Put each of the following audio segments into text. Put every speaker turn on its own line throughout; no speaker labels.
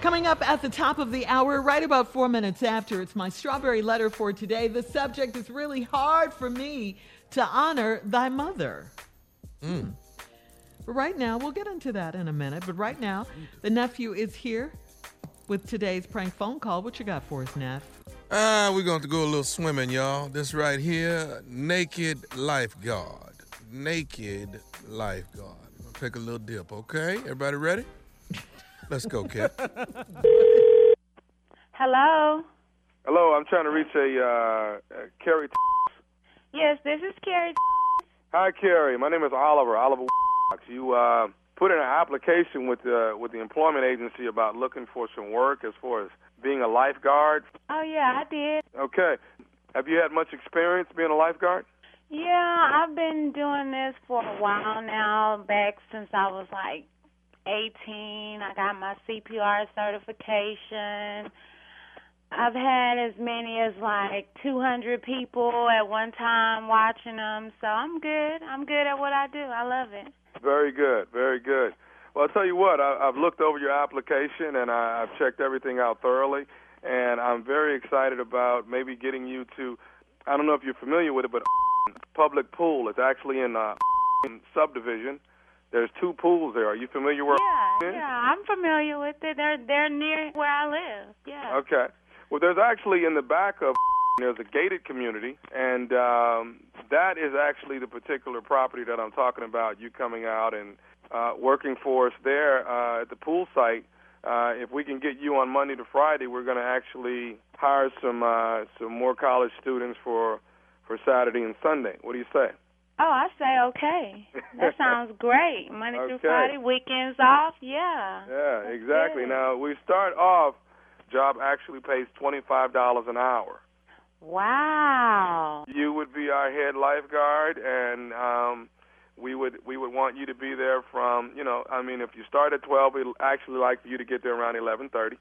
Coming up at the top of the hour, right about four minutes after, it's my strawberry letter for today. The subject is really hard for me to honor thy mother. But right now, we'll get into that in a minute. But right now, the nephew is here with today's prank phone call. What you got for us, Neff?
Ah, we're going to go a little swimming, y'all. This right here, naked lifeguard. Naked lifeguard. We're going to take a little dip, okay? Everybody ready? Let's go, Kip.
Hello.
Hello, I'm trying to reach a uh, uh, Carrie. T-
Yes, this is Carrie.
Hi, Carrie. My name is Oliver. Oliver. You uh, put in an application with the with the employment agency about looking for some work as far as being a lifeguard.
Oh yeah, I did.
Okay. Have you had much experience being a lifeguard?
Yeah, I've been doing this for a while now. Back since I was like 18, I got my CPR certification. I've had as many as like 200 people at one time watching them, so I'm good. I'm good at what I do. I love it.
Very good. Very good. Well, I'll tell you what. I, I've looked over your application and I, I've checked everything out thoroughly, and I'm very excited about maybe getting you to. I don't know if you're familiar with it, but public pool. It's actually in uh, subdivision. There's two pools there. Are you familiar where?
Yeah,
is?
yeah, I'm familiar with it. They're they're near where I live. Yeah.
Okay. Well, there's actually in the back of there's a gated community, and um, that is actually the particular property that I'm talking about. You coming out and uh, working for us there uh, at the pool site. Uh, if we can get you on Monday to Friday, we're going to actually hire some uh, some more college students for for Saturday and Sunday. What do you say?
Oh, I say okay. That sounds great. Monday through
Okay.
Friday, weekends off. Yeah.
Yeah,
That's
exactly.
good.
Now we start off. Job actually pays twenty five dollars an hour.
Wow.
You would be our head lifeguard, and um, we would we would want you to be there from you know I mean if you start at twelve, we'd actually like for you to get there around eleven thirty.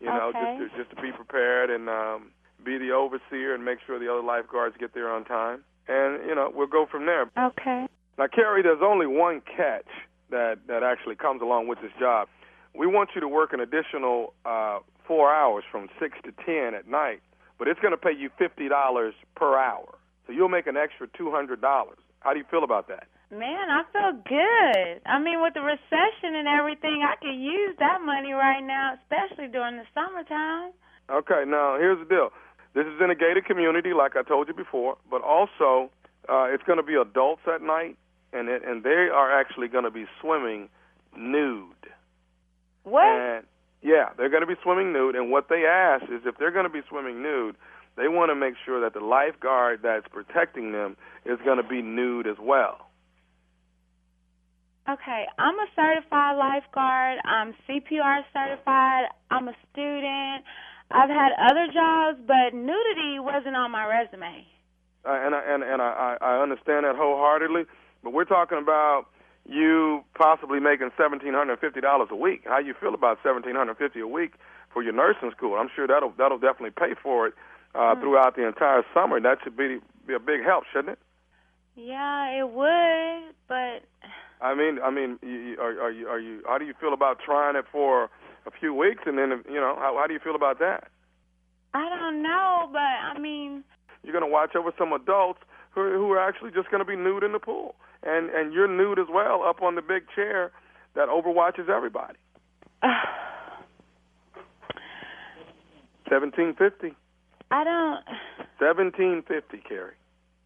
You know,
Okay.
just to, just to be prepared and um, be the overseer and make sure the other lifeguards get there on time. And you know we'll go from there.
Okay.
Now, Carrie, there's only one catch that that actually comes along with this job. We want you to work an additional uh, four hours from six to ten at night, but it's going to pay you fifty dollars per hour. So you'll make an extra two hundred dollars. How do you feel about that?
Man, I feel good. I mean, with the recession and everything, I could use that money right now, especially during the summertime.
Okay, now here's the deal. This is in a gated community, like I told you before, but also uh, it's going to be adults at night, and it, and they are actually going to be swimming nude.
What?
And yeah, they're going to be swimming nude. And what they ask is if they're going to be swimming nude, they want to make sure that the lifeguard that's protecting them is going to be nude as well.
Okay, I'm a certified lifeguard. I'm CPR certified. I'm a student. I've had other jobs, but nudity wasn't on my resume.
Uh, and I, and and I, I I understand that wholeheartedly. But we're talking about you possibly making seventeen hundred fifty dollars a week. How you feel about seventeen hundred fifty a week for your nursing school? I'm sure that'll that'll definitely pay for it uh, throughout the entire summer. That should be be a big help, shouldn't it?
Yeah, it would, but
I mean, I mean, you, you- are, are you, are you, how do you feel about trying it for a few weeks and then, you know, how, how do you feel about that?
I don't know. But I mean,
You're going to watch over some adults who, who are actually just going to be nude in the pool, and and you're nude as well up on the big chair that overwatches everybody. Seventeen fifty,
I don't.
seventeen fifty, Carrie.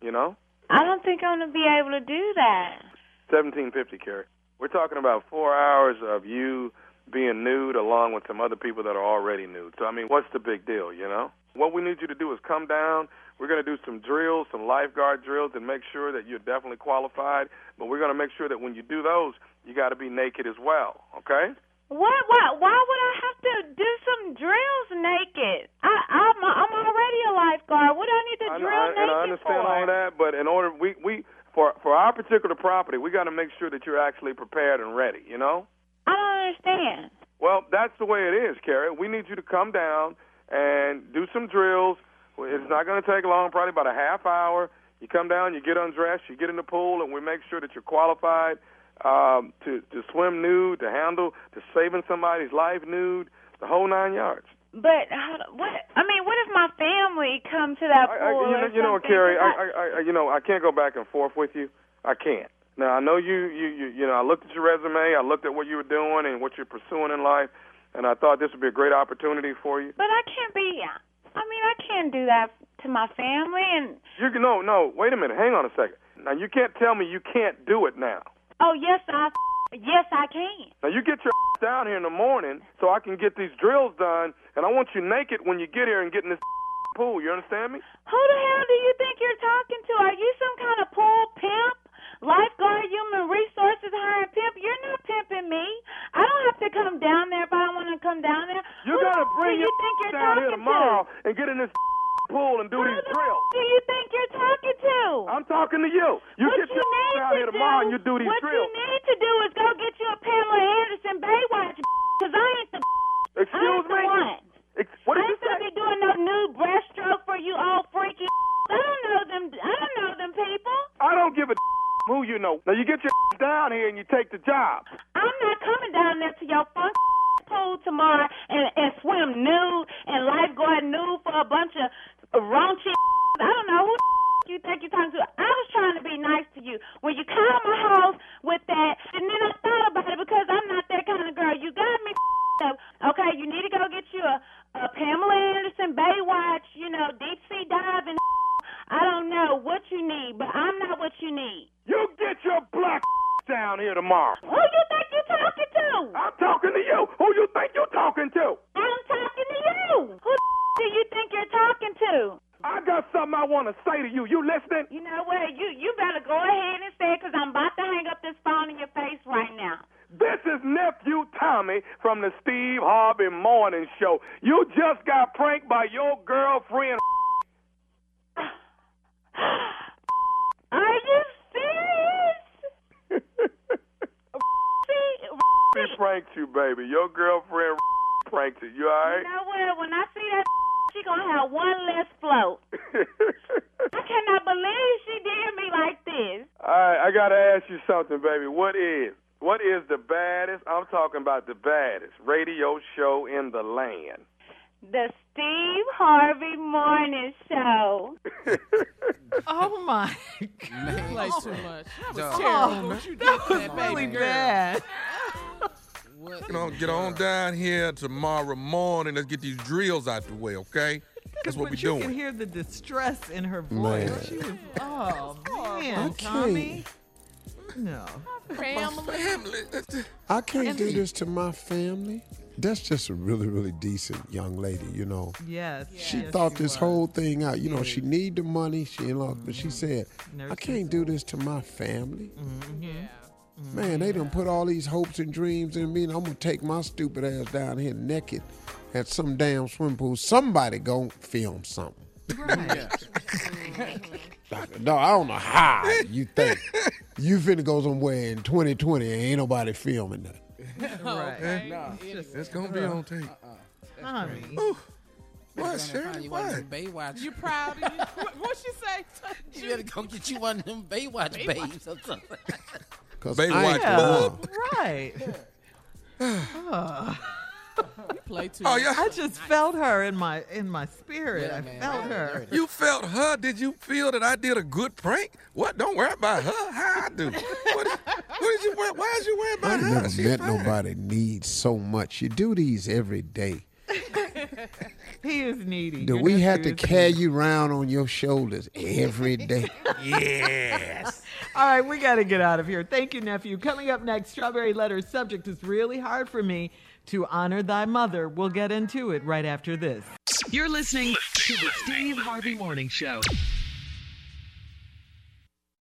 You know,
I don't think I'm gonna be able to do that.
seventeen fifty, Carrie. We're talking about four hours of you being nude along with some other people that are already nude. So I mean, what's the big deal, you know? What we need you to do is come down. We're going to do some drills, some lifeguard drills, and make sure that you're definitely qualified. But we're going to make sure that when you do those, you got to be naked as well. Okay?
What? Why? Why would I have to do some drills naked? I, I'm, I'm already a lifeguard. What do I need to
I,
drill
I,
naked
and I understand
for?
all that, but in order we we for for our particular property, we got to make sure that you're actually prepared and ready. You know?
I don't understand.
Well, that's the way it is, Carrie. We need you to come down and do some drills. It's not going to take long, probably about a half hour. You come down, you get undressed, you get in the pool, and we make sure that you're qualified. um, to to swim nude, to handle, to saving somebody's life nude, the whole nine yards.
But how- what? I mean, what if my family come to that
I, I,
pool?
you know,
or
you know
something?
Carrie, I, I, I, you know, I can't go back and forth with you. I can't. Now I know you, you, you, you know, I looked at your resume, I looked at what you were doing and what you're pursuing in life, and I thought this would be a great opportunity for you.
But I can't be. I mean, I can't do that to my family. And
You can, no, no, wait a minute, hang on a second. Now you can't tell me you can't do it now.
oh yes, I. Yes, I can.
Now you get your down here in the morning so I can get these drills done, and I want you naked when you get here and get in this pool. You understand me?
Who the hell do you think you're talking to? Are you some kind of pool pimp? Lifeguard, human resources, hired pimp? You're not pimping me. I don't have to come down there if I don't want to come down there. Who
You
the
gotta
f-
bring
do
your
you think you're
down here
talking
tomorrow
to?
and get in this pool and do
Who
these
the
drills.
f- do you think you're talking to?
I'm talking to you. You
what
get
you need
your
to
down here
do,
tomorrow and you do these
what
drills.
you need to do is go get you a Pamela Anderson Baywatch, because I ain't the I
Excuse
ain't
me.
the one.
Ex- what
I
did you
ain't gonna
say?
be doing no new breaststroke for you all freaky. I don't know them. I don't know them people.
I don't give a who you know. Now you get your down here and you take the job.
I'm not coming down there to your funk pool tomorrow and, and swim nude and lifeguard nude for a bunch of raunchy. I don't know who you think you're talking to. I was trying to be nice to you when you called my house with that, and then I thought about it because I'm not that kind of girl. You got me up. Okay, you need to go get you a, a Pamela Anderson Baywatch, you know, deep sea diving. I don't know what you need, but I'm not what you need.
You get your black down here tomorrow.
Who you think you're talking to?
I'm talking to you. Who you think you're talking to?
I'm talking to you. Who the do you think you're talking to?
I got something I want to say to you. You listening?
You know what? You you better go ahead and say it because I'm about to hang up this phone in your face right now.
This is nephew Tommy from the Steve Harvey Morning Show. You just got pranked by your girlfriend.
Are you serious? See,
She pranked you, baby. Your girlfriend pranked you. You all
you
right?
know what? When I see that, she gonna have one less float. I cannot believe she did me like this.
all right, I gotta ask you something, baby. What is what is the baddest? I'm talking about the baddest radio show in the land.
The Steve Harvey Morning Show.
Oh my! God.
Play
Like, oh.
too much.
Dog.
That was terrible. What you did
that
to
was
that baby
really
girl.
bad.
What
Get on,
in
get
the
on
world?
down here tomorrow morning. Let's get these drills out the way, okay? That's what
but
we
you can
doing.
hear the distress in her voice.
Man.
She was, oh man, Tommy. No.
Family.
Family. that's-
I can't do this to my family. That's just a really, really decent young lady, you know.
Yes.
She
yes,
thought
you
this
are. Mm-hmm.
whole thing out. You know, she need the money. She in love, but she said, "I
Nurses.
can't do this to my family."
Mm-hmm.
Man, they done put all these hopes and dreams in me, and I'm gonna take my stupid ass down here naked at some damn swimming pool. Somebody gonna film something. no, I don't know how you think you finna go somewhere in 2020 and ain't nobody filming nothing.
Right.
It's gonna be
Uh-uh.
on tape.
Tommy.
What,
Find
Shirley?
you one of
What?
them Baywatch.
You proud of you? What- What'd she say?
You better go get you one of them Baywatch, babes or something.
Cause
Baywatch
I ain't
Yeah.
going.
Right.
Play too
Oh
much.
yeah.
I just felt her in my in my spirit. I felt her.
You felt her. Did you feel that I did a good prank? What? Don't worry about her. How I do. What, what did you worry? Why is you worried
I
about her?
never
She
met
fine.
nobody needs so much. You do these every day.
He is needy.
Do
Your
we
nephew
have to
is
carry you around on your shoulders every day?
Yes.
All right, we got to get out of here. Thank you, nephew. Coming up next, Strawberry Letter subject is really hard for me to honor thy mother. We'll get into it right after this. You're listening to the Steve Harvey Morning Show.